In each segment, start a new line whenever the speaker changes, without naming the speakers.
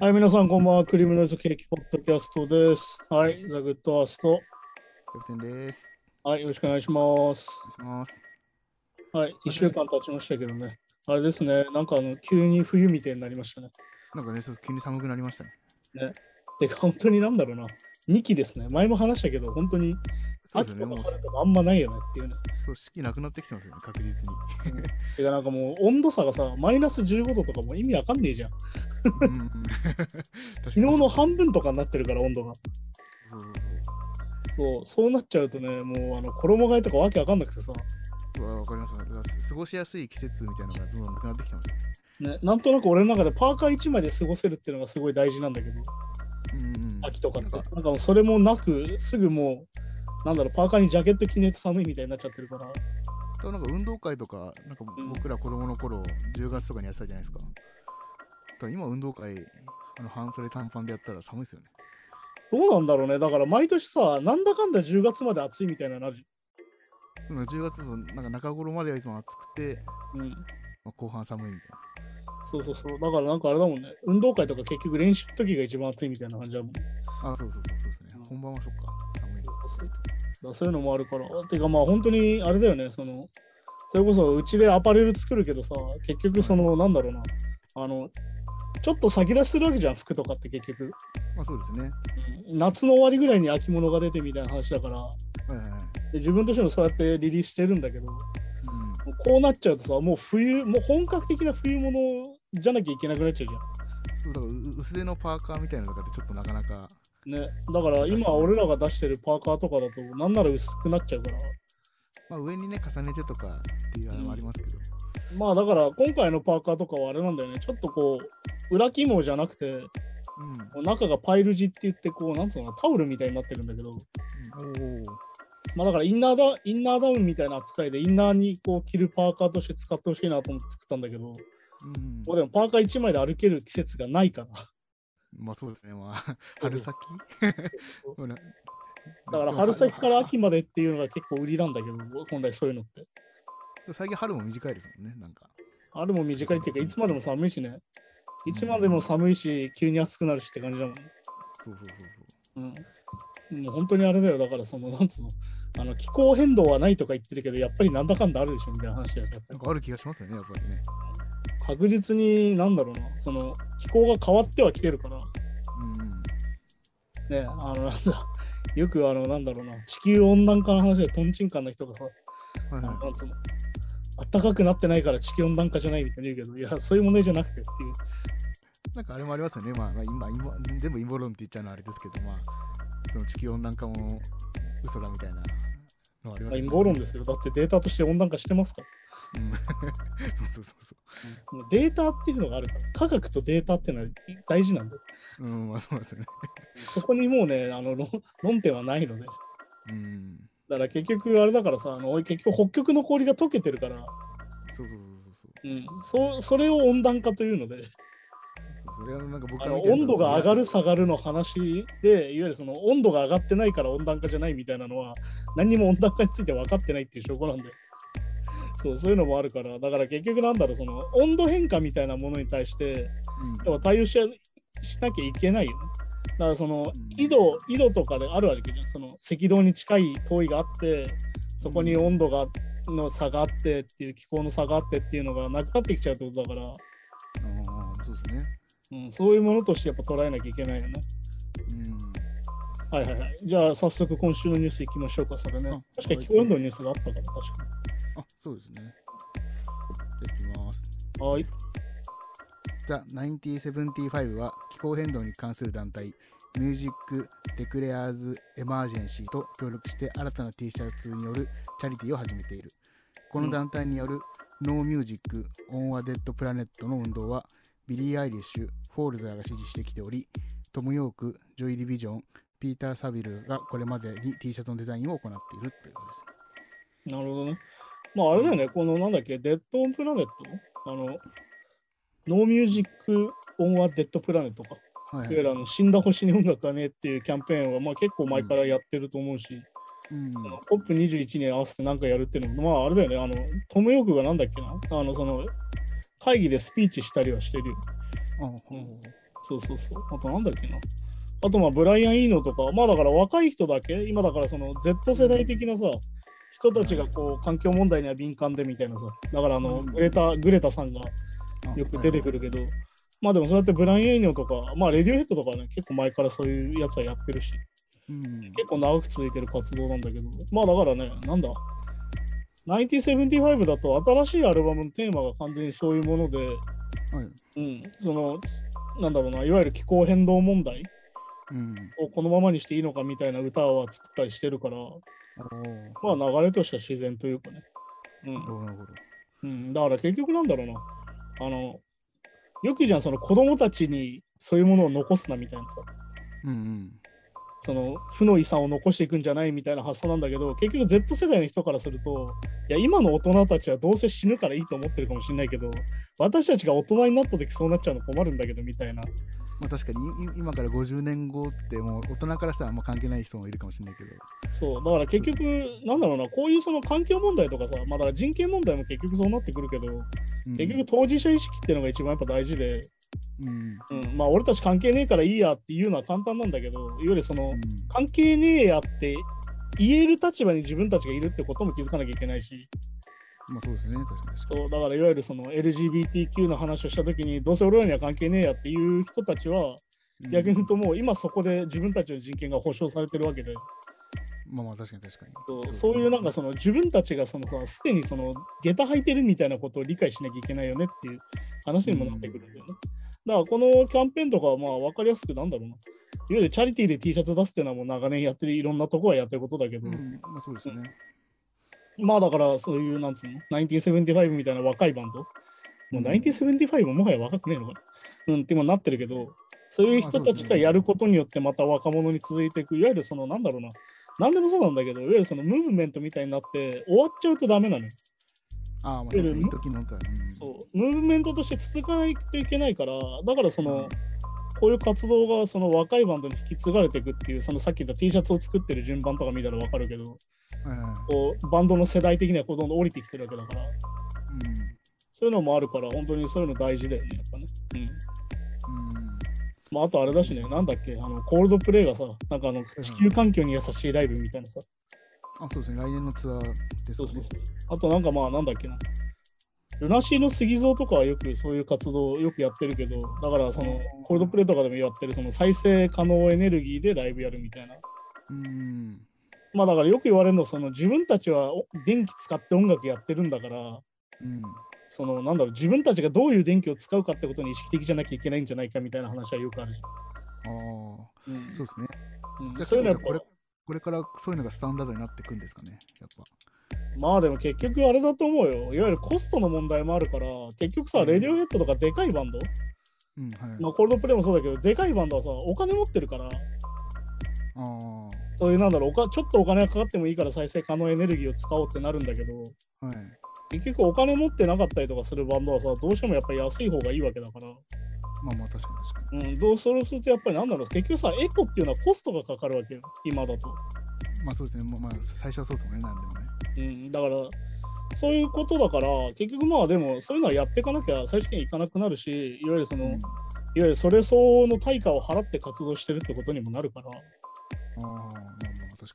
はい、皆さん、こんばんは。クリームノイズケーキポッドキャストです。はい、ザ・グッド・アースト。
逆転です。
はい、よろしくお願いします。
お願いします。
はい、1週間経ちましたけどね。あれですね、なんかあの急に冬みたいになりましたね。
なんかね、そう急に寒くなりましたね。
てか、本当になんだろうな。2期ですね。前も話したけど、本当に
そう
秋
です
と
よ
か
ね、もう
春とかあんまないよねっていうね。
そう四季なくなってきてますよね、確実に。
てか、なんかもう温度差がさ、マイナス15度とかもう意味わかんねえじゃん。
うんうんうん確かに
昨日の半分とかになってるから、温度が。
そうそう
そう、そうなっちゃうとね、もうあの衣替えとかわけわかんなくてさ、
そう。うわわかります。だからす過ごしやすい季節みたいなのがどんどんなくなってきてます。
ね、なんとなく俺の中でパーカー1枚で過ごせるっていうのがすごい大事なんだけど。
うんうんうん
秋とかって。
なん
なんかもうそれもなく、すぐもう、なんだろう、パーカーにジャケット着ねえと寒いみたいになっちゃってるから。
となんか運動会とか、なんか
ん
僕ら子供の頃、10月とかにやってたじゃないですか。だから今、運動会、あの半袖短パンでやったら寒いですよね。
どうなんだろうね。だから毎年さ、なんだかんだ10月まで暑いみたいなのあるじ
でも10月のなんか中頃まではいつも暑くて、
ゃん。うん。
まあ、後半寒いみたいな。
そうそうそう。だからなんかあれだもんね。運動会とか結局練習の時が一番暑いみたいな感じだもん。だか
あ、そうそうそうそうですね。本番はそっか。寒い。
らそういうのもあるから。てかまあ本当にあれだよね。その、それこそうちでアパレル作るけどさ、結局その、なんだろうな。あの、ちょっと先出しするわけじゃん、服とかって結局。
まあそうですね。
うん夏の終わりぐらいに秋物が出てみたいな話だから、
はいはいはい。
で自分としてもそうやってリリースしてるんだけど、も
うん。
うこうなっちゃうとさ、もう冬、もう本格的な冬物じゃなきゃいけなくなっちゃう
そうだからう薄手のパーカーみたいなのとかってちょっとなかなか。
じゃん。ね、だから今俺らが出してるパーカーとかだと、なんなら薄くなっちゃうから。
まあ上にね、重ねてとかっていうあれもありますけど。
まあだから今回のパーカーとかはあれなんだよね、ちょっとこう、裏起毛じゃなくて、
うん。
こう中がパイル地って言って、こう、なんつうの、タオルみたいになってるんだけど、
うん、おお。
まあだからインナーダインナーダウンみたいな扱いで、インナーにこう着るパーカーとして使ってほしいなと思って作ったんだけど、
うん。
もうでもパーカー1枚で歩ける季節がないから。
まあそうですね。まあ、春先ほら
だから春先から。秋までっていうのが結構売りなんだけど、本来そういうのって。
でも最近春も短いですもんね、なんか。
春も短いっていうか、いつまでも寒いしね。いつまでも寒いし、急に暑くなるしって感じだもんね。
そうそうそうそう。
うん。もう本当にあれだよ。だからその、なんつうの、あの気候変動はないとか言ってるけど、やっぱりなんだかんだあるでしょみたいな話だよ。やっぱ
な
り
んかある気がしますよね、やっぱりね。
確実に、なんだろうな、その気候が変わってはきてるから、
うんうん。
ね、あの、なんだ、よくあの、なんだろうな、地球温暖化の話でトンチンカンな人がさ、
はい
あ
は
の暖かくなってないから地球温暖化じゃないみたいに言うけど、いや、そういう問題じゃなくてっていう。
い。なんかあれもありますよね。まあ、まあ、今、今、全部陰謀論って言っちゃうのはあれですけど、まあ、その地球温暖化も嘘だみたいなのあり
ま
ま
あ、
すよね。
陰謀論ですよ。だってデータとして温暖化してますから。
うんそうそうそうそ
もうデータっていうのがあるから、科学とデータっていうのは大事なんで、
う。うん、まあそうですよね。
そこにもうね、あの論論点はないので。
うん。
だから結局、あれだからさ、あの結局北極の氷が溶けてるから、
そうそうそうそう
うん、そそれを温暖化というので、
そう。そうそれはなんか僕
あ
が
の
見たやつ
温度が上がる
い
下がるの話で、いわゆるその温度が上がってないから温暖化じゃないみたいなのは、何にも温暖化について分かってないっていう証拠なんで、 そうそういうのもあるから、だから結局なんだろう、その温度変化みたいなものに対して、
や
やっぱ対応しやしなきゃいけないよね。だからその緯度緯度とかであるわけじゃん、その赤道に近い遠いがあって、そこに温度がの差があってっていう気候の差があってっていうのがなくなってきちゃうってことだから、
うんああそうですね。
うん、そういうものとしてやっぱ捉えなきゃいけないよね。
うん。
はいはいはい。じゃあ早速今週のニュースいきましょうか、それね
あ。
確かに気候変動のニュースがあったから、確か
あそうですね。じゃあいきます。
に。はい。
The 1975は気候変動に関する団体、ミュージック・デクレアーズ・エマージェンシーと協力して新たな T シャツによるチャリティーを始めている。この団体による No Music On a Dead Planet の運動は、ビリー・アイリッシュ、フォールズらが支持してきており、トム・ヨーク、ジョイ・ディビジョン、ピーター・サビルがこれまでに T シャツのデザインを行っているということです。
なるほどね。まああれだよね、このなんだっけ、デッド・オン・プラネットあの、ノーミュージック・オン・はデッド・プラネットか。
はい
いわゆるあの死んだ星に音楽はねっていうキャンペーンは、まあ、結構前からやってると思うし、
うん
あの COP21 に合わせて何かやるっていうのも、まああれだよね、あのトム・ヨークがなんだっけな、あのその会議でスピーチしたりはしてるよ。
あほうほう
そうそうそう。あとなんだっけな。あとまあブライアン・イーノとか、まあだから若い人だけ、今だからその Z 世代的なさ、人たちがこう環境問題には敏感でみたいなさ、だからあの、
うん
グレタグレタさんが
あ
よく出てくるけど、まあでもそうやってブライアン・イーノとか、まあレディオヘッドとかね、結構前からそういうやつはやってるし、
うん
結構長く続いてる活動なんだけど、まあだからね、なんだ、1975だと新しいアルバムのテーマが完全にそういうもので、
はい
うん、その、なんだろうな、いわゆる気候変動問題
うん
をこのままにしていいのかみたいな歌は作ったりしてるから、
おー
まあ流れとしては自然というかね。
なるほどなるほど
うん。うん、だから結局なんだろうな。あの、よく言うじゃん、その子供たちにそういうものを残すなみたいなさ。
うん
その負の遺産を残していくんじゃないみたいな発想なんだけど結局 Z 世代の人からするといや今の大人たちはどうせ死ぬからいいと思ってるかもしれないけど私たちが大人になった時そうなっちゃうの困るんだけどみたいな
まあ確かにい今から50年後ってもう大人からしたらあんま関係ない人もいるかもしれないけど
そうだから結局なんだろうなこういうその環境問題とかさ、まあ、だから人権問題も結局そうなってくるけど
うん
結局当事者意識っていうのが一番やっぱ大事で、
うん
うん、まあ俺たち関係ねえからいいやっていうのは簡単なんだけどいわゆるその
うん
関係ねえやって言える立場に自分たちがいるってことも気づかなきゃいけないし
まあそうですね確かに確かに
そうだからいわゆるその LGBTQ の話をした時にどうせ俺らには関係ねえやっていう人たちは
うん
逆に言うともう今そこで自分たちの人権が保障されてるわけで
まあまあ確かに確かに
そう
です
そ
ね
ういうなんかその自分たちがそのさすでにその下駄履いてるみたいなことを理解しなきゃいけないよねっていう話にもなってくるんだよね。だからこのキャンペーンとかはまあ分かりやすくなんだろうな。いわゆるチャリティーで T シャツ出すっていうのはもう長年やってるいろんなとこはやってることだけど、
うんまあそうですね
まあだからそういうなんつうの、1975みたいな若いバンド、もう1975もはや若くねえのかな、うん、って今なってるけど、そういう人たちがやることによってまた若者に続いていく、いわゆるそのなんだろうな、なんでもそうなんだけど、いわゆるそのムーブメントみたいになって終わっちゃうとダメなのよ。
ああまあそうです
う
ね
ん
一時の歌うん
そう、ムーブメントとして続かないといけないから、だからその、こういう活動がその若いバンドに引き継がれていくっていう、そのさっき言った T シャツを作ってる順番とか見たらわかるけど、
はいはい
こうバンドの世代的にはこうどんどん降りてきてるわけだから。そういうのもあるから、本当にそういうの大事だよね、やっぱね。うん。
うんうん
まあ、あとあれだしね、なんだっけ、あの、コールドプレイがさ、なんかあの、地球環境に優しいライブみたいなさ、
あそうですね来年のツアーですかね
あとなんかまあ、なんだっけな。ルナシーの杉蔵とかはよくそういう活動をよくやってるけど、だからその
うん、
コールドプレイとかでもやってる、その再生可能エネルギーでライブやるみたいな。
うん
まあだからよく言われるのは、その自分たちはお電気使って音楽やってるんだから、
うん
そのなんだろう自分たちがどういう電気を使うかってことに意識的じゃなきゃいけないんじゃないかみたいな話はよくあるじ
ああ
ゃん。うん
そうですね
うん
じゃあ
そういうのはやっぱ
これこれからそういうのがスタンダードになっていくんですかねやっぱ
まあでも結局あれだと思うよいわゆるコストの問題もあるから結局さ、
うん
レディオヘッドとかでかいバンド、
うんはい
まあ、コールドプレイもそうだけどでかいバンドはさお金持ってるから
ああ
そういうなんだろうおかちょっとお金がかかってもいいから再生可能エネルギーを使おうってなるんだけど
はい
結局お金持ってなかったりとかするバンドはさどうしてもやっぱり安い方がいいわけだから、
まあまあ確かに確か
うん、どうするするとやっぱりなんだろう結局さエコっていうのはコストがかかるわけよ今だと、
にまあそうですねまあまあ最初はそうですもんねなんでもね
うん、だからそういうことだから結局まあでもそういうのはやっていかなきゃ最終的にいかなくなるしいわゆるその、
うん
いわゆるそれ相応の対価を払って活動してるってことにもなるから、
ああまあまあ確か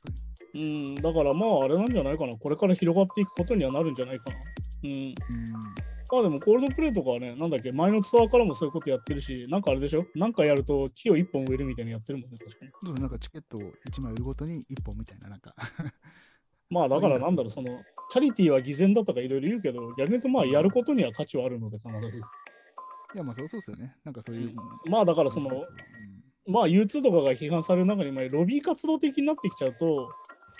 に
うん、だからまああれなんじゃないかな、これから広がっていくことにはなるんじゃないかな。うん、
うん
まあでもコールドプレイとかはね、なんだっけ、前のツアーからもそういうことやってるし、なんかあれでしょなんかやると木を一本植えるみたいなのやってるもんね、確かに。
そうなんかチケットを1枚売るごとに1本みたいななんか
まあだからなんだろう、
そ
その、チャリティーは偽善だとかいろいろ言うけど、逆に言うとまあやることには価値はあるので必ず。
いやまあそうそうですよねなんかそういう、
まあだからそ
うん
の、まあ U2 とかが批判される中に、まあロビー活動的になってきちゃうと、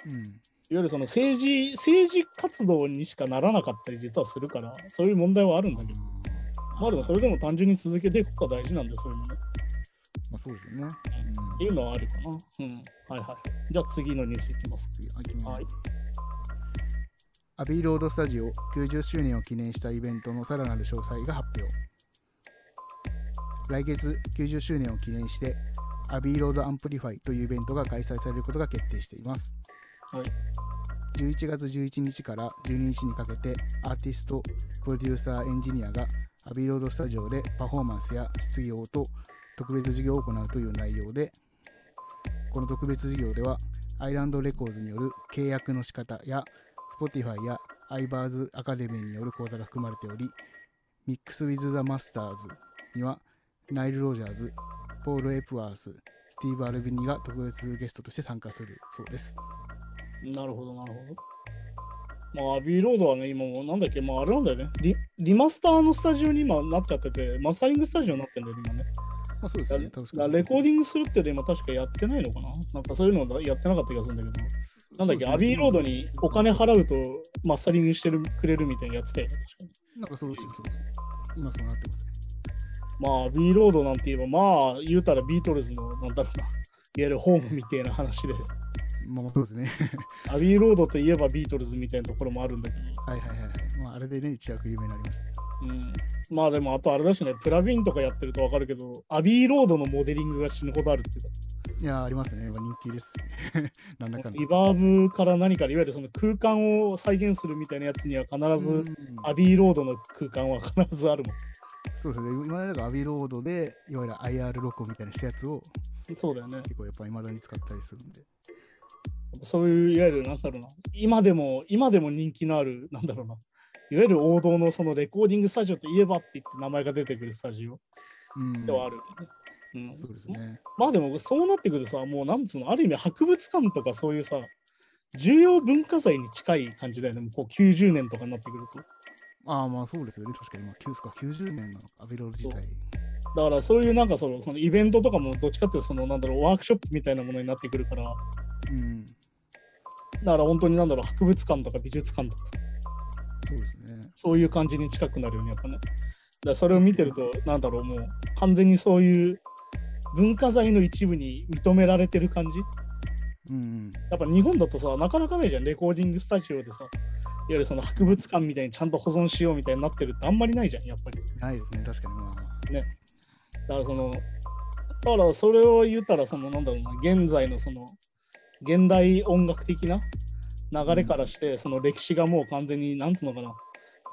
う
い
ん
わゆるその政治政治活動にしかならなかったり実はするからそういう問題はあるんだけどまあでもそれでも単純に続けていくことが大事なんでそういうのね
まあそうですよね。うん、
っていうのはあるかなうんはいはいじゃあ次のニュースいきます
次、あ、きま
はい
す。アビーロードスタジオ90周年を記念したイベントのさらなる詳細が発表。来月90周年を記念して、アビーロードアンプリファイというイベントが開催されることが決定しています。
はい
11月11日から12日にかけてアーティストプロデューサーエンジニアがアビーロードスタジオでパフォーマンスや質疑応と特別授業を行うという内容でこの特別授業ではアイランドレコーズによる契約の仕方や Spotify や iBars アカデミーによる講座が含まれており Mix with the Masters にはナイル・ロジャーズポール・エプワーススティーブ・アルビニが特別ゲストとして参加するそうです
なるほど、なるほど。まあ、アビーロードはね、今もうなんだっけ、まあ、あれなんだよねリ。リマスターのスタジオに今なっちゃってて、マスタリングスタジオになってんだよね、今ね。
まあそうです
だ
ね確
だ
かに
レコーディングするってで今確かやってないのかななんかそういうのやってなかった気がするんだけど。なんだっけ、アビーロードにお金払うとマスタリングしてるくれるみたいにやってたよね、確かに。
なんかそうそうそうそう。今そうなってますね。
まあ、アビーロードなんて言えば、まあ、言うたらビートルズの、なんだろうな、いわ ゆるホームみたいな話で、
まあそうですね。
アビーロードといえばビートルズみたいなところもあるんだけど。
はいはいはいはい。まああれでね、一躍有名になりました。
うんまあでもあとあれだしね、プラビンとかやってるとわかるけど、アビーロードのモデリングが死ぬほどあるっていうか、
いやー、ありますね。まあ人気です。 なんだかんだ。
リバーブから何からいわゆるその空間を再現するみたいなやつには必
うん
ず、アビーロードの空間は必ずあるも
そうですね。今までがアビロードで、いわゆる IR 録音みたいなしたやつを
ん。そうだよね。
結構やっぱ未だに使ったりするんで。
そういういわゆるなんだろうな、今でも今でも人気のあるなんだろうな、いわゆる王道のそのレコーディングスタジオといえばって言って名前が出てくるスタジオ
うん。
ではあるよね、うん
そうですね。
まあでもそうなってくるとさ、もうなんつうの、ある意味博物館とかそういうさ、重要文化財に近い感じだよね、もうこう90年とかになってくると。
ああまあそうですよね。確かに、まあ、9そっか90年のアビロード自体。
だからそういうなんかそのそのイベントとかもどっちかっていうとそのなんだろうワークショップみたいなものになってくるから、だか
うん。
ら本当になんだろう博物館とか美術館とかさ
そうですね。
そういう感じに近くなるよね、やっぱね。だからそれを見てると、なんだろう、もう完全にそういう文化財の一部に認められてる感じ
うんうん。
やっぱ日本だとさ、なかなかないじゃん、レコーディングスタジオでさ、いわゆるその博物館みたいにちゃんと保存しようみたいになってるってあんまりないじゃん、やっぱり。
ないですね。確かにまあ。
だからその、だからそれを言ったら、そのなんだろうな、現在のその、現代音楽的な流れからして、その歴史がもう完全に、なんつうのかな、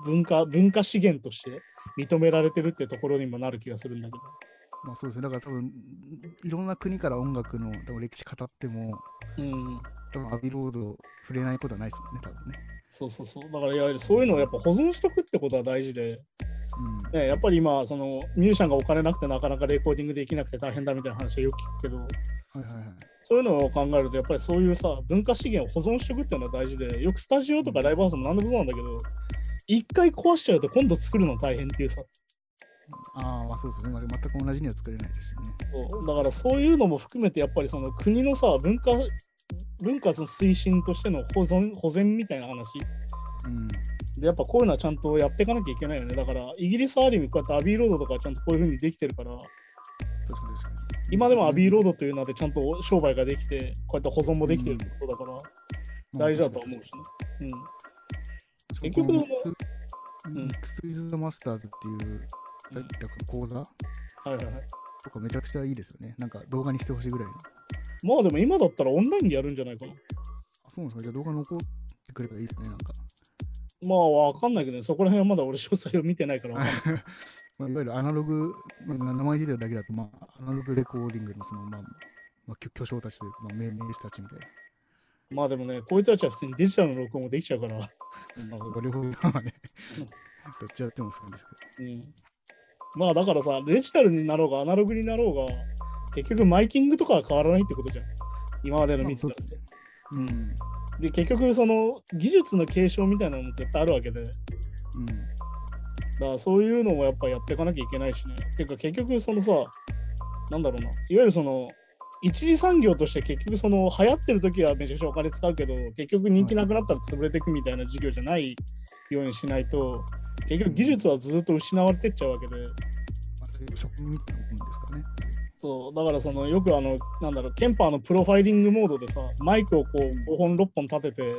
文化、文化資源として認められてるってところにもなる気がするんだけど。
まあそうですね。だから多分、いろんな国から音楽の多分歴史語っても、
うん、
多分アビロード触れないことはないですもんね、多分ね。
そうそうそう。だから、いわゆるそういうのをやっぱ保存しとくってことは大事で、ね、やっぱり今、そのミュージシャンがお金なくてなかなかレコーディングできなくて大変だみたいな話はよく聞くけど、
うん。はいはいはい。
そういうのを考えると、やっぱりそういうさ、文化資源を保存しておくっていうのは大事で、よくスタジオとかライブハウスも何でもそうなんだけど、一回壊しちゃうと今度作るの大変っていうさ、
ああ、まあそうですね。まあ全く同じには作れないですしね。
そうだからそういうのも含めて、やっぱりその国のさ、文化、文化の推進としての保存、保全みたいな話。
うん。
で、やっぱこういうのはちゃんとやっていかなきゃいけないよね。だから、イギリスはある意味、こうやってアビーロードとかちゃんとこういうふうにできてるから、
確かに確かに。
今でもアビーロー
ド
ドという名でちゃんと商売ができて、こうやって保存もできてるってことだから、大事だとは思うしね。うん。
結
結局
局、
で
ミ
も
ックス・
ん
ミックスウィズ・ザ・マスターズっていう、
うん
講座
はいはいはい。
とかめちゃくちゃいいですよね。なんか動画にしてほしいぐらいの。
まあでも今だったらオンラインでやるんじゃないかな。
あそうなんですか。じゃあ動画残ってくれたらいいですね、なんか。
まあわかんないけどね、そこら辺はまだ俺詳細を見てないからわかん ない。
まあ、いわゆるアナログ、まあ、名名前出てるだけだと、まあ、アナログレコーディングのその、まあ、まあ、巨巨匠たちというか、まあ、名名手たちみたいな。
まあでもね、こういう人たちは普通にデジタルの録音もできちゃうから。
まあ、ご両方まあね、どっちやってもそうなんですけ
うん、まあだからさ、デジタルになろうがアナログになろうが、結局マイキングとかは変わらないってことじゃん。今までの
ど。ま
見
あ
てた
そう
ら
ですね。うん。うん。
で、結局その技術の継承みたいなのも絶対あるわけで、だからそういうのもやっぱやっていかなきゃいけないしね。てか結局そのさ、なんだろうな、いわゆるその、一次産業として結局その流行ってる時はめちゃくちゃお金使うけど結局人気なくなったら潰れていくみたいな事業じゃないようにしないと結局技術はずっと失われてっちゃうわけで
まあ、職人みたいなもんですからね。
そうだからそのよくあのなんだろうケンパーのプロファイリングモードでさマイクをこう
うん
5本6本立てて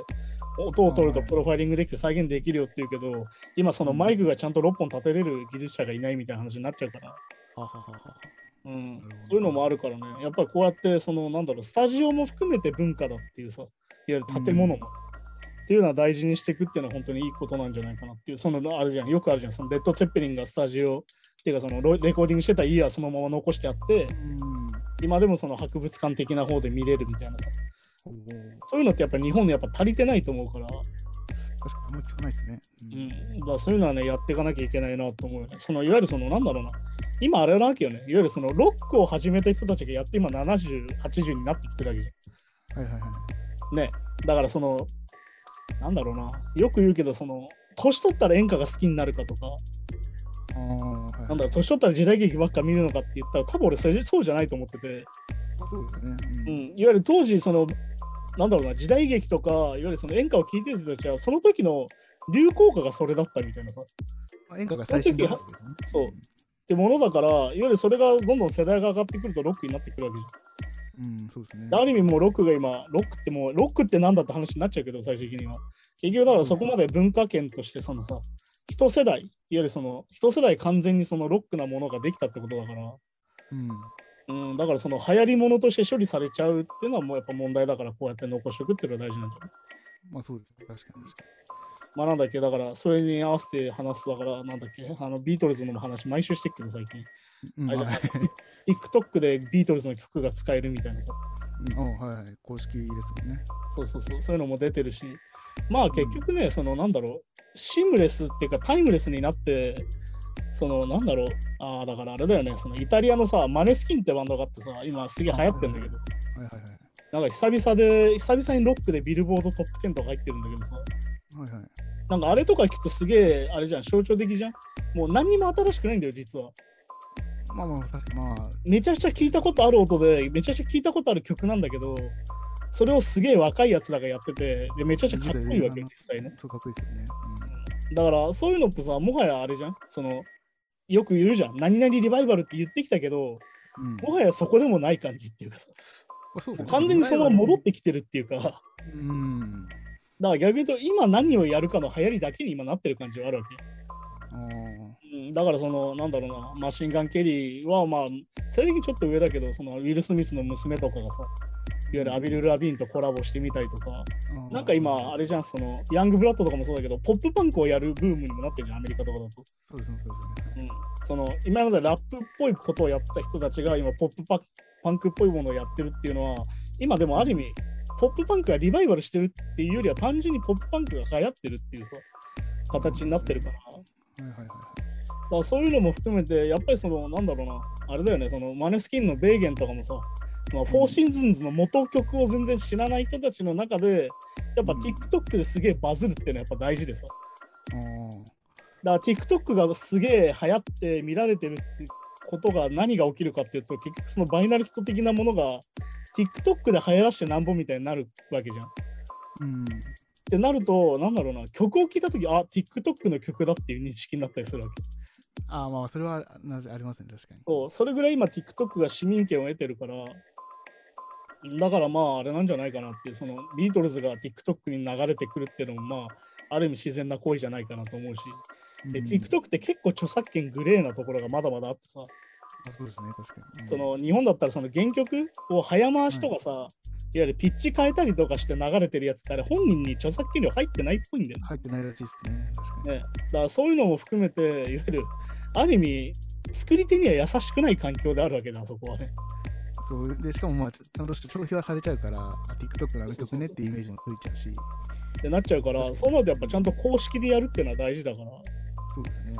音を取ると
はい
プロファイリングできて再現できるよっていうけど今そのマイクがちゃんと6本立てれる技術者がいないみたいな話になっちゃうから。
ははははは。
うん
なるほど
そういうのもあるからね、やっぱりこうやって、そのなんだろう、スタジオも含めて文化だっていうさ、いわゆる建物も、っていうのは大事にしていくっていうのは本当にいいことなんじゃないかなっていう、そのあるじゃん、よくあるじゃん、そのレッド・ツェッペリンがスタジオっていうかそのロレコーディングしてた家はそのまま残してあって、
うん
今でもその博物館的な方で見れるみたいなさ、
おー
そういうのってやっぱ日本でやっぱ足りてないと思うから、
確かにあんま聞かないですね。う
うん、だからそういうのはね、やっていかなきゃいけないなと思うよね。そのいわゆるその、なんだろうな、今あれなわけよね、いわゆるそのロックを始めた人たちがやって今70、80になってきてるわけじ
はいはいはい。
ゃん。ね、だからその、なんだろうな、よく言うけど、その、年取ったら演歌が好きになるかとか、
あーはい
なんだろう、年取ったら時代劇ばっか見るのかって言ったら、多分俺それ、そうじゃないと思ってて、
そうですね。
うん、いわゆる当時、その、なんだろうな、時代劇とか、いわゆるその演歌を聴いてる人たちは、その時の流行歌がそれだったみたいなさ。
まあ演歌が最新だったわけですね。
そうってものだから、いわゆるそれがどんどん世代が上がってくるとロックになってくるわけじ
うん、そうですね。
ゃん。ある意味もうロックが今、ロックってもうロックってなんだって話になっちゃうけど、最終的には。結局だからそこまで文化圏としてそのさ、一世代、いわゆるその一世代完全にそのロックなものができたってことだから、
うん。
うん、だからその流行りものとして処理されちゃうっていうのはもうやっぱ問題だから、こうやって残しておくっていうのは大事なんじゃない
まあそうですね。確かに確か
まあなんだっけ、だからそれに合わせて話すだから、なんだっけ、あのビートルズの話毎週してっけど最近。
に。うん、
あれじゃん
はい
TikTok でビートルズの曲が使えるみたいなさ。
うんはいはい。公式ですもんね。
そうそうそう、そういうのも出てるし、まあ結局ね、そのなんだろう、シームレスっていうかタイムレスになって、そのなんだろう、ああ、だからあれだよね、そのイタリアのさ、マネスキンってバンドがあってさ、今すげえ流行ってんだけど、
はいはいはい。
なんか久々で、久々にロックでビルボードトップ10とか入ってるんだけどさ、
はいはい。
なんかあれとか聞くとすげえ、あれじゃん、象徴的じゃん。もう何にも新しくないんだよ、実は。
まあまあ、確かにまあ、
めちゃくちゃ聞いたことある音で、めちゃくちゃ聞いたことある曲なんだけど、それをすげえ若いやつらがやってて、でめちゃくちゃかっこいいわけよ、実際ね。
そうかっこいいですよね。
だからそういうのってさもはやあれじゃんそのよく言うじゃん何々リバイバルって言ってきたけど
うん。うん
もはやそこでもない感じっていうかさ
あそうですね
完全にそのまま戻ってきてるっていうかだか
うん。
ら逆に言うと今何をやるかの流行りだけに今なってる感じはあるわ
あー
け、うん、だからそのなんだろうなマシンガン・ケリーはまあ世代的にちょっと上だけどそのウィル・スミスの娘とかがさいわゆるアビル・ラビーンとコラボしてみたりとか
あー。
なんか今あれじゃんそのヤング・ブラッドとかもそうだけどポップパンクをやるブームにもなってるじゃんアメリカとかだと
そうですね、そうですね。
その今までラップっぽいことをやってた人たちが今ポップパパンクっぽいものをやってるっていうのは今でもある意味ポップパンクがリバイバルしてるっていうよりは単純にポップパンクが流行ってるっていうさ形になってるからだ
はいはいはい。
からそういうのも含めてやっぱりそのなんだろうなあれだよねそのマネスキンのベーゲンとかもさ、まあ、フォーシーズンズの元曲を全然知らない人たちの中でやっぱ
うん
TikTok ですげえバズるっていうのはやっぱ大事でさ
あー
だから TikTok がすげえ流行って見られてるってことが何が起きるかっていうと結局そのバイナリスト的なものが TikTok で流行らしてなんぼみたいになるわけじゃん。っ
うん。
てなるとなんだろうな曲を聴いた時あ TikTok の曲だっていう認識になったりするわけ。
ああ、まあ、それはなぜありますね、確かに。
そうそれぐらい今 TikTok が市民権を得てるからだからまああれなんじゃないかなっていうそのビートルズが TikTok に流れてくるっていうのもまあある意味自然な行為じゃないかなと思うしで
うん
TikTok って結構著作権グレーなところがまだまだあってさ
あそうですね、確かに。うん
そ、の日本だったらその原曲を早回しとかさ、い、わゆるピッチ変えたりとかして流れてるやつってあれ本人に著作権料入ってないっぽいんだよね。
入ってないらしいですね、確か
ね
に。
だからそういうのも含めていわゆるある意味作り手には優しくない環境であるわけだあそこはね。
そうでしかもまあちゃちゃんとして消費はされちゃうからあ TikTok のあの曲ねっていうイメージもついちゃうし
ってなっちゃうからそうなるとやっぱちゃんと公式でやるっていうのは大事だから、
そうですね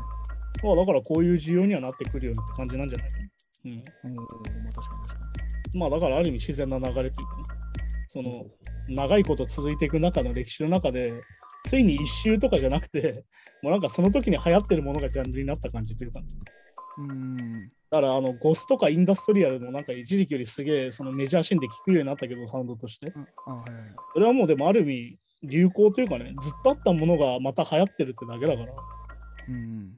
まあ、だからこういう需要にはなってくるよねって感じなんじゃないかな。うん
うんまあ確かに確か
まあだからある意味自然な流れというかね、そ
に
の長いこと続いていく中の歴史の中で、ついに一周とかじゃなくて、 もうなんかその時に流行ってるものがジャンルになった感じというか、
うん
だからあのゴスとかインダストリアルもなんか一時期よりすげえそのメジャーシーンで聴くようになったけど、サウンドとして。
ああはいはい
それはもうでもある意味流行というかね、ずっとあったものがまた流行ってるってだけだから、
うん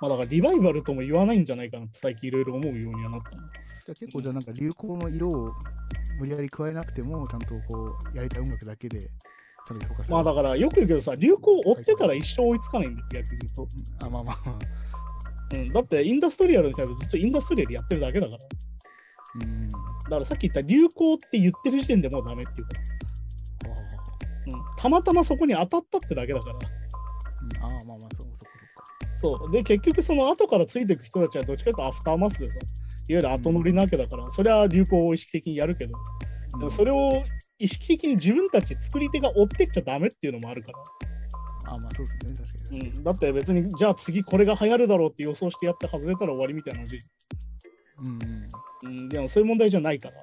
まあだからリバイバルとも言わないんじゃないかなって最近いろいろ思うようにはなったな
じゃあ結構じゃあなんか流行の色を無理やり加えなくてもちゃんとこうやりたい音楽だけでちゃんと評価する
まあだからよく言うけどさ、流行を追ってたら一生追いつかないんだよ、逆に言うと。
うんあまあまあまあ
うん、だってインダストリアルの人はずっとインダストリアルやってるだけだから。だ
うん
からさっき言った流行って言ってる時点でもうダメっていうか。
あ
たまたまそこに当たったってだけだから。
うん、ああ、まあまあ、そう、そこ
そう。で、結局その後からついていく人たちはどっちかというとアフターマスでさ、いわゆる後乗りなわけだから、それは流行を意識的にやるけど、で
そこ。
もそれを意識的に自分たち作り手が追ってっちゃダメっていうのもあるから。
ああ、まあそうですね、確かに確か
だって別に、じゃあ次これが流行るだろうって予想してやって外れたら終わりみたいな話。
に。うん、うん。
うん、でもそういう問題じゃないから。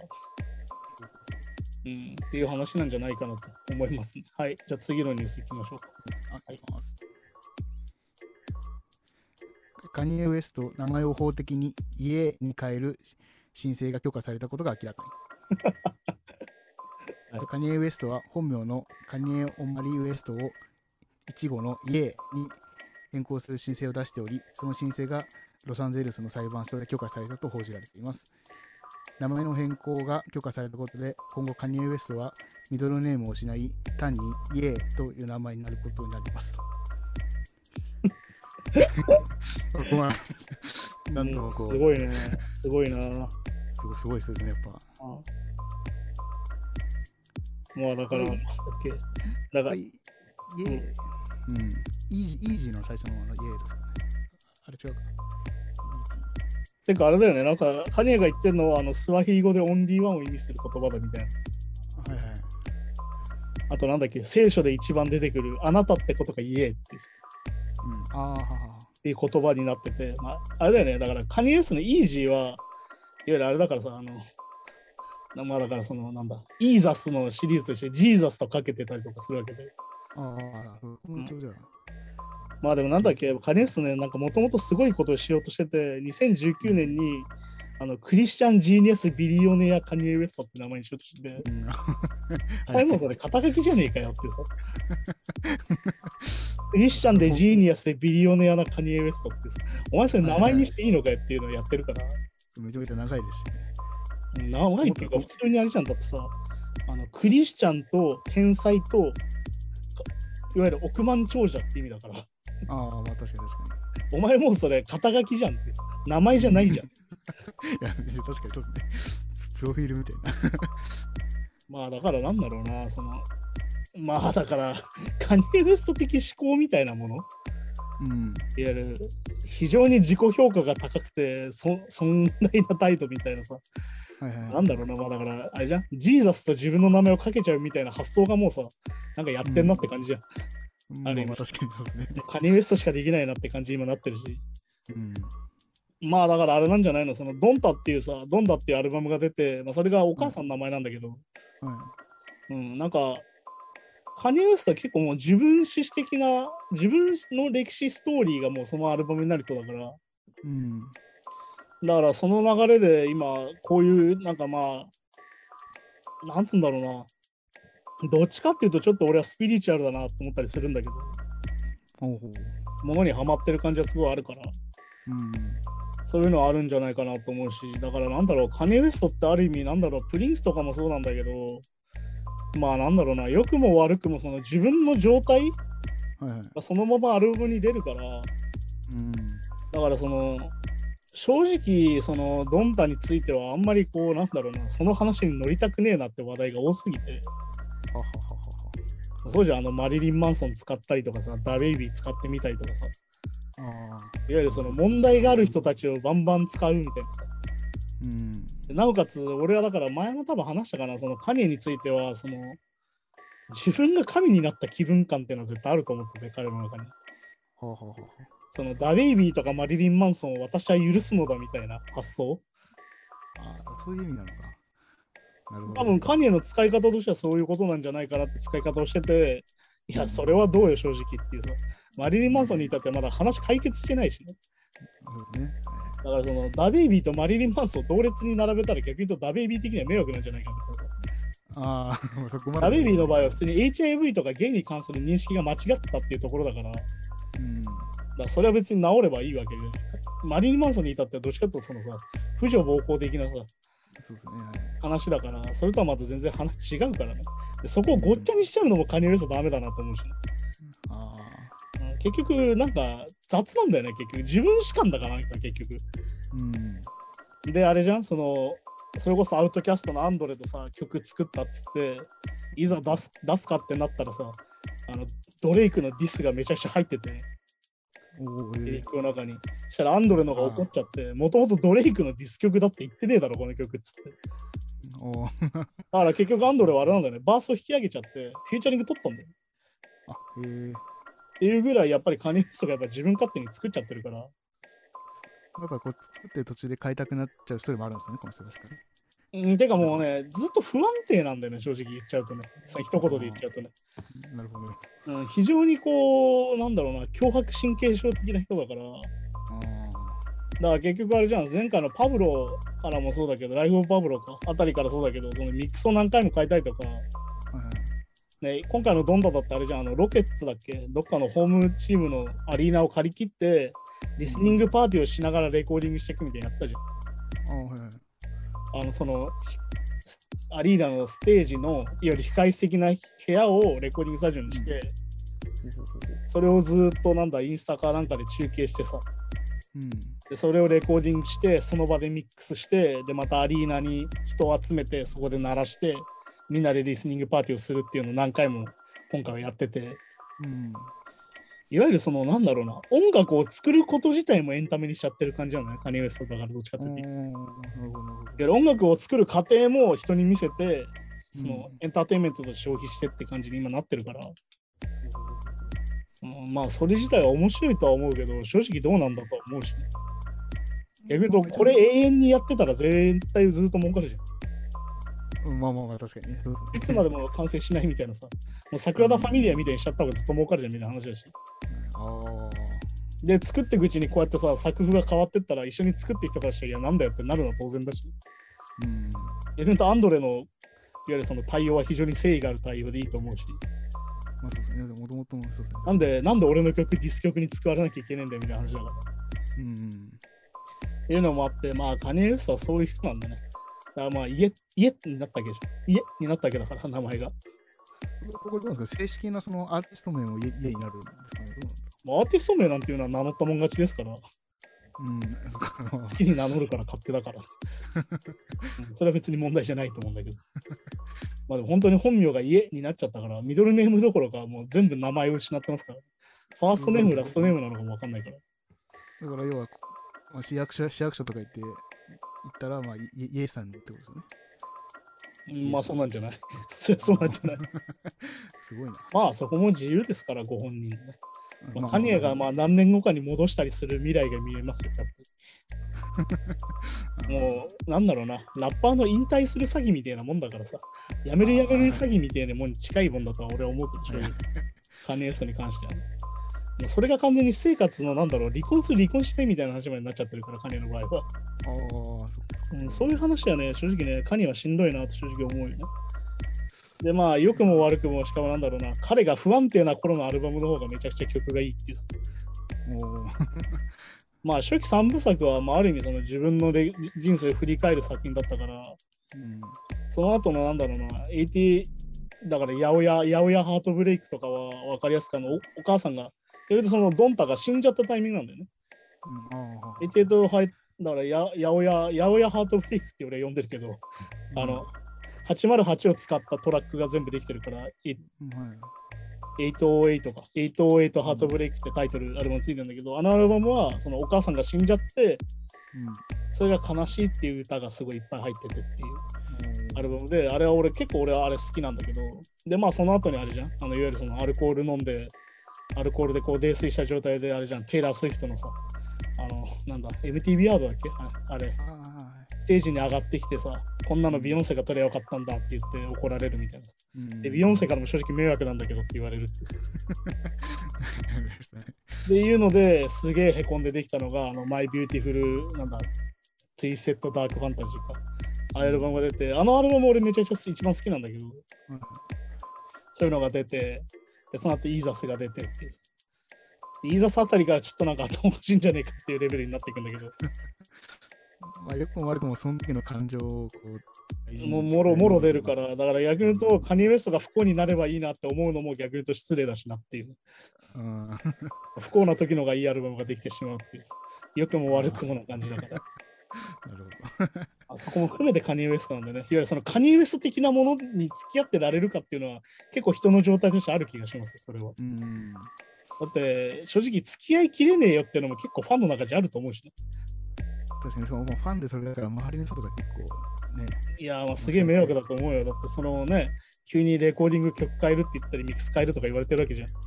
うん、っていう話なんじゃないかなと思います、ね。はい。じゃあ次のニュースいきましょうか。
ああります。カニエ・ウエスト、名前を法的に家に変える申請が許可されたことが明らかに。
はい
カニエ・ウエストは本名のカニエ・オマリー・ウエストを1号の家に変更する申請を出しており、その申請がロサンゼルスの裁判所で許可されたと報じられています。名前の変更が許可されたことで、今後カニエ・ウエストはミドルネームを失い、単にイエーという名前になることになります。 ここは、なんともこう、
す
い
ごいね。すごいな。
すごい、すごいですね、やっぱ。
もうだから、
は
ないんだっけだから、
イエー、うん、イージイージーの最初のあのイエーですかね。あれ違うか。
てかあれだよね、なんか、カニエが言ってるのは、あの、スワヒリ語でオンリーワンを意味する言葉だみたいな。
イージーはいはい。
あとなんだっけ、聖書で一番出てくる、あなたってことが言えって
うん、ああ、はは
っていう言葉になってて、まあ、あれだよね、だからカニエウエストのイージーは、いわゆるあれだからさ、あの、なまあだからその、なんだ、イーザスのシリーズとして、ジーザスとかけてたりとかするわけで。
は。ああ、うん、ちょうどや。
まあでもなんだっけ、カニエウエストね、なんかもともとすごいことをしようとしてて、2019年に、あの、クリスチャン・ジーニアス・ビリオネア・カニエ・ウエストって名前にしようとしてて、
うん、
これもうそれ肩書きじゃねえかよってさ。 クリスチャンでジーニアスでビリオネアなカニエ・ウエストってさ、お前それ名前にしていいのかよっていうのをやってるから、
めちゃめちゃ長いですしね。
長いっていうか、普通にあれじゃんだってさ、あのクリスチャンと天才と、かいわゆる億万長者って意味だから、
ああ、まあ確かに確か
お前もうそれ肩書きじゃんってさ、名前じゃないじ ゃん。
に。いや、確かにそうですね。プロフィールみたいな。
まあだからなんだろうな、その、まあだから、カニエ・ウエスト的思考みたいなもの
うん。
いわゆる非常に自己評価が高くてそ尊大な態度みたいなさ、
はいはい。
なんだろうな、まあ、だからあれじゃん、ジーザスと自分の名前をかけちゃうみたいな発想がもうさ、なんかやってんなって感じじゃん。
うん
ある意味
まあ確かにそうですね。
カニエウエストしかできないなって感じに今なってるし、
うん。
まあだからあれなんじゃないの、そのドンタっていうさ、ドンタっていうアルバムが出て、まあ、それがお母さんの名前なんだけど、
はい。
うん、なんか、カニエウエストは結構もう自分史詩的な、自分の歴史ストーリーがもうそのアルバムになる人だから、
うん。
だからその流れで今こういうなんかまあなんつうんだろうなどっちかっていうとちょっと俺はスピリチュアルだなと思ったりするんだけど
ほうほう。
ものにはまってる感じはすごいあるから
うん。
そういうのはあるんじゃないかなと思うしだからなんだろうカニエウエストってある意味なんだろうプリンスとかもそうなんだけどまあなんだろうな良くも悪くもその自分の状態
はいはい。
がそのままアルバムに出るから
うん。
だからその正直そのドンタについてはあんまりこうなんだろうなその話に乗りたくねえなって話題が多すぎて
ははは
そうじゃんあのマリリン・マンソン使ったりとかさダ・ベイビー使ってみたりとかさい
はは。ああ。
わゆるその問題がある人たちをバンバン使うみたいなさ
うん。
でなおかつ俺はだから前も多分話したかなそのカニエについてはその自分が神になった気分感っていうのは絶対あると思ってて彼の中に
はははは。
そのダ・ベイビーとかマリリン・マンソンを私は許すのだみたいな発想
ああ、そういう意味なのか。なるほど。
多分カニエの使い方としてはそういうことなんじゃないかなって使い方をしてて、いや、それはどうよ、正直っていうさ。マリリン・マンソンに至ってはまだ話解決してないしね。
そうですね。
だからそのダベイビーとマリリン・マンソンを同列に並べたら逆に言うとダベイビー的には迷惑なんじゃないかみたいなさ。
ああ、 まあそこまで。
ダベイビーの場合は普通に HIV とかゲイに関する認識が間違ったっていうところだから、だか
うん。
らそれは別に治ればいいわけで。マリリン・マンソンに至ってはどっちかというとそのさ、婦女暴行的なさ、
そうですね。
話だから、それとはまた全然話違うからね。でそこをごっちゃにしちゃうのもカニエウエストダメだなと思うしね、
はい。ああ。
うん結局なんか雑なんだよね結局自分主観だからなんか結局
うん。
であれじゃんそのそれこそアウトキャストのアンドレとさ曲作ったっつっていざ出す出すかってなったらさあのドレイクのディスがめちゃくちゃ入ってて、
おお、え
リリッ
ー
クの中に。そしたらアンドレの方が怒っちゃって、もともとドレイクのディス曲だって言ってねえだろ、この曲っつって。
おー
だから結局アンドレはあれなんだよね、バースを引き上げちゃって、フューチャリング取ったんだよ。
あ、えー、や
っていうぐらい、やっぱりカニエストがやっぱ自分勝手に作っちゃってるから、
っぱこう、作ってる途中で変えたくなっちゃう人でもあるんですよね、この人確かに。
うん、てかもうね、ずっと不安定なんだよね、正直言っちゃうとね。さ一言で言っちゃうとね。
なるほど。
うん、非常にこう、なんだろうな、脅迫神経症的な人だから、
あ
だから結局あれじゃん、前回のパブロからもそうだけど、ライフ・オブ・パブロか、あたりからそうだけど、そのミックスを何回も変えたりとか、
あ、はいはい。
ね、今回のドンダだってあれじゃん、あのロケッツだっけ、どっかのホームチームのアリーナを借り切って、リスニングパーティーをしながらレコーディングしていくみたいなのやってたじ
あーはいはい。
ゃん。あの、その、スアリーナのステージの、いわゆる控室的な部屋をレコーディングスタジオにして、それをずっとなんだ、インスタかなんかで中継してさ、
うん。
でそれをレコーディングしてその場でミックスしてでまたアリーナに人を集めてそこで鳴らしてみんなでリスニングパーティーをするっていうのを何回も今回はやってて
うん。
いわゆるそのなんだろうな音楽を作ること自体もエンタメにしちゃってる感じなのねカニエウエストだからどっちかっていうと、いわ
おーなるほど、なるほど。
ゆる音楽を作る過程も人に見せてその
うん
エンターテインメントとして消費してって感じに今なってるから、うん、まあそれ自体は面白いとは思うけど正直どうなんだとは思うし、ね、逆に言うとこれ永遠にやってたら絶対ずっと儲かるじゃん
うんまあまあまあ、確かにね。そうです
いつ
ね
までも完成しないみたいなさ、もう桜田ファミリアみたいにしちゃった方がずっと儲かるじゃんみたいな話だし。
ああ。
で、作っていくうちにこうやってさ、作風が変わってったら、一緒に作ってきたからしたら、いや、なんだよってなるのは当然だし。
うん。
逆に言うと、アンドレの、いわゆるその対応は非常に誠意がある対応でいいと思うし、
まあそうですね。もともともそうですね。
なんで、なんで俺の曲、ディス曲に使われなきゃいけないんだよみたいな話だから。
うんうん。
っていうのもあって、まあ、カニエウエストはそういう人なんだね。だからまあ、家、家になったわけでしょ。家になったわけだから、名前が。
ここどうなんですか正式なそのアーティスト名も家家になるんですかね
まあ、アーティスト名なんていうのは名乗ったもん勝ちですから。
どうなんだろううん。そっかまあ
好きに名乗るから勝手だから。うんそれは別に問題じゃないと思うんだけど。まあでも本当に本名が家になっちゃったから、ミドルネームどころかもう全部名前を失ってますから。ファーストネーム、ラストネームなのかもわかんないから。
だから要は、まあ、市役所市役所とか行って、行ったら、まあ、い家さんってことですよね。
うんまあそうなんじゃない。 そりゃそうなんじゃない。
すごいな。
まあそこも自由ですから、ご本人のね。
うん
まあ、カニエがまあ何年後かに戻したりする未来が見えますよ、やっぱりもう、なんだろうな、ラッパーの引退する詐欺みたいなもんだからさ、やめるやめる詐欺みたいなもんに近いもんだとは俺は思うけど、正直 カニエフに関しては、ね。もうそれが完全に私生活のなんだろう、離婚する離婚してみたいな話までになっちゃってるから、カニエの場合は。
ああ、そっか
うん、そういう話はね、正直ね、カニはしんどいなと正直思うよね。で、まあ、良くも悪くも、しかもなんだろうな、彼が不安定な頃のアルバムの方がめちゃくちゃ曲がいいっていう。
おー
まあ初期三部作は、まあ、ある意味その自分のれ人生を振り返る作品だったから
うん。
その後のなんだろうな80だから八百屋八百屋ハートブレイクとかは分かりやすくあのおお母さんがそれでそのドンタが死んじゃったタイミングなんだよね。
うんあー
88はいだからや八百屋八百屋ハートブレイクって俺は呼んでるけど、あの、808を使ったトラックが全部できてるからい
うんはい。
808か808ハートブレイクってタイトルアルバムついてるんだけどあのアルバムはそのお母さんが死んじゃってそれが悲しいっていう歌がすごいいっぱい入っててっていう
うん。
アルバムで、あれは俺結構俺はあれ好きなんだけど、で、まあその後にあれじゃん、あのいわゆるそのアルコール飲んで、アルコールでこう泥酔した状態であれじゃん、テイラー・スウィフトのさ、あの、なんだ、MTV アードだっけあれ、あれ
あーは
ステージに上がってきてさ、こんなのビヨンセが取れよかったんだって言って怒られるみたいな。
いうん
で、ビヨンセからも正直迷惑なんだけどって言われるっていう。
わかりましたね
っていうのですげえへこんでできたのが、あの、マイビューティフル、なんだ、ツイセットダークファンタジーか。ああいうアルバムが出て、あのアルバム俺めちゃくちゃ一番好きなんだけど、
はい
そういうのが出て、でその後イーザスが出てっていう。でイーザスあたりからちょっとなんか頭おかしいんじゃねえかっていうレベルになっていくんだけど、
まあ、よくも悪くもその時の感情をこう
もうもろもろ出るか
あ
ら、だから逆に言うと、カニエウエストが不幸になればいいなって思うのも逆に言うと失礼だしなっていう。
あ
不幸な時のがいいアルバムができてしまうっていう。良くも悪くもな感じだから。
なるほど。
あそこも含めてカニエ・ウエストなんでね、いわゆるそのカニエ・ウエスト的なものに付き合ってられるかっていうのは、結構人の状態としてある気がしますよ、それは。
うん。
だって、正直付き合いきれねえよっていうのも結構ファンの中じゃあると思うしね。
確かに、しかももうファンでそれだから、周りの人とか結構ね、
いやーまあすげえ迷惑だと思うよ。だってそのね、急にレコーディング曲変えるって言ったり、ミックス変えるとか言われてるわけじゃん。
そう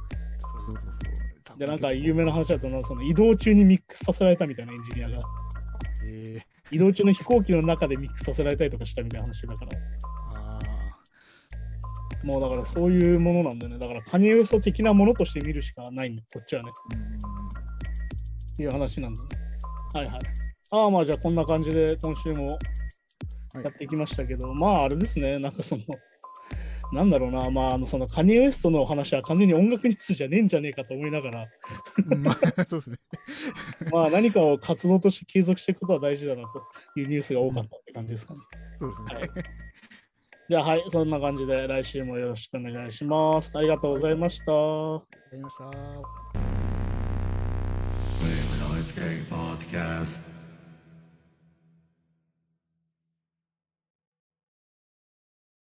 そうそうそう。
で、なんか有
夢
名な話だとな、その移動中にミックスさせられたみたいなエンジニアが、
えー、
移動中の飛行機の中でミックスさせられたりとかしたみたいな話だから、
あ
もうだからそういうものなんだよね。だからカニエウエスト的なものとして見るしかないんだ、こっちはね。
ーうん。
いう話なんだね。はいはい。ああまあじゃあこんな感じで今週も
はい
やってきましたけど、まああれですね、なんかその、なんだろうな、まああのそのカニエ・ウエストの話は完全に音楽ニュースじゃねえんじゃねえかと思いなが ら、
うん まあそうですね。
まあ何かを活動として継続していくことは大事だなというニュースが多かったって感じですかね。
そうですね。
はいじゃあはい、そんな感じで来週もよろしくお願いします。ありがとうございました。
やりました。
Flame and Ice Game Podcast.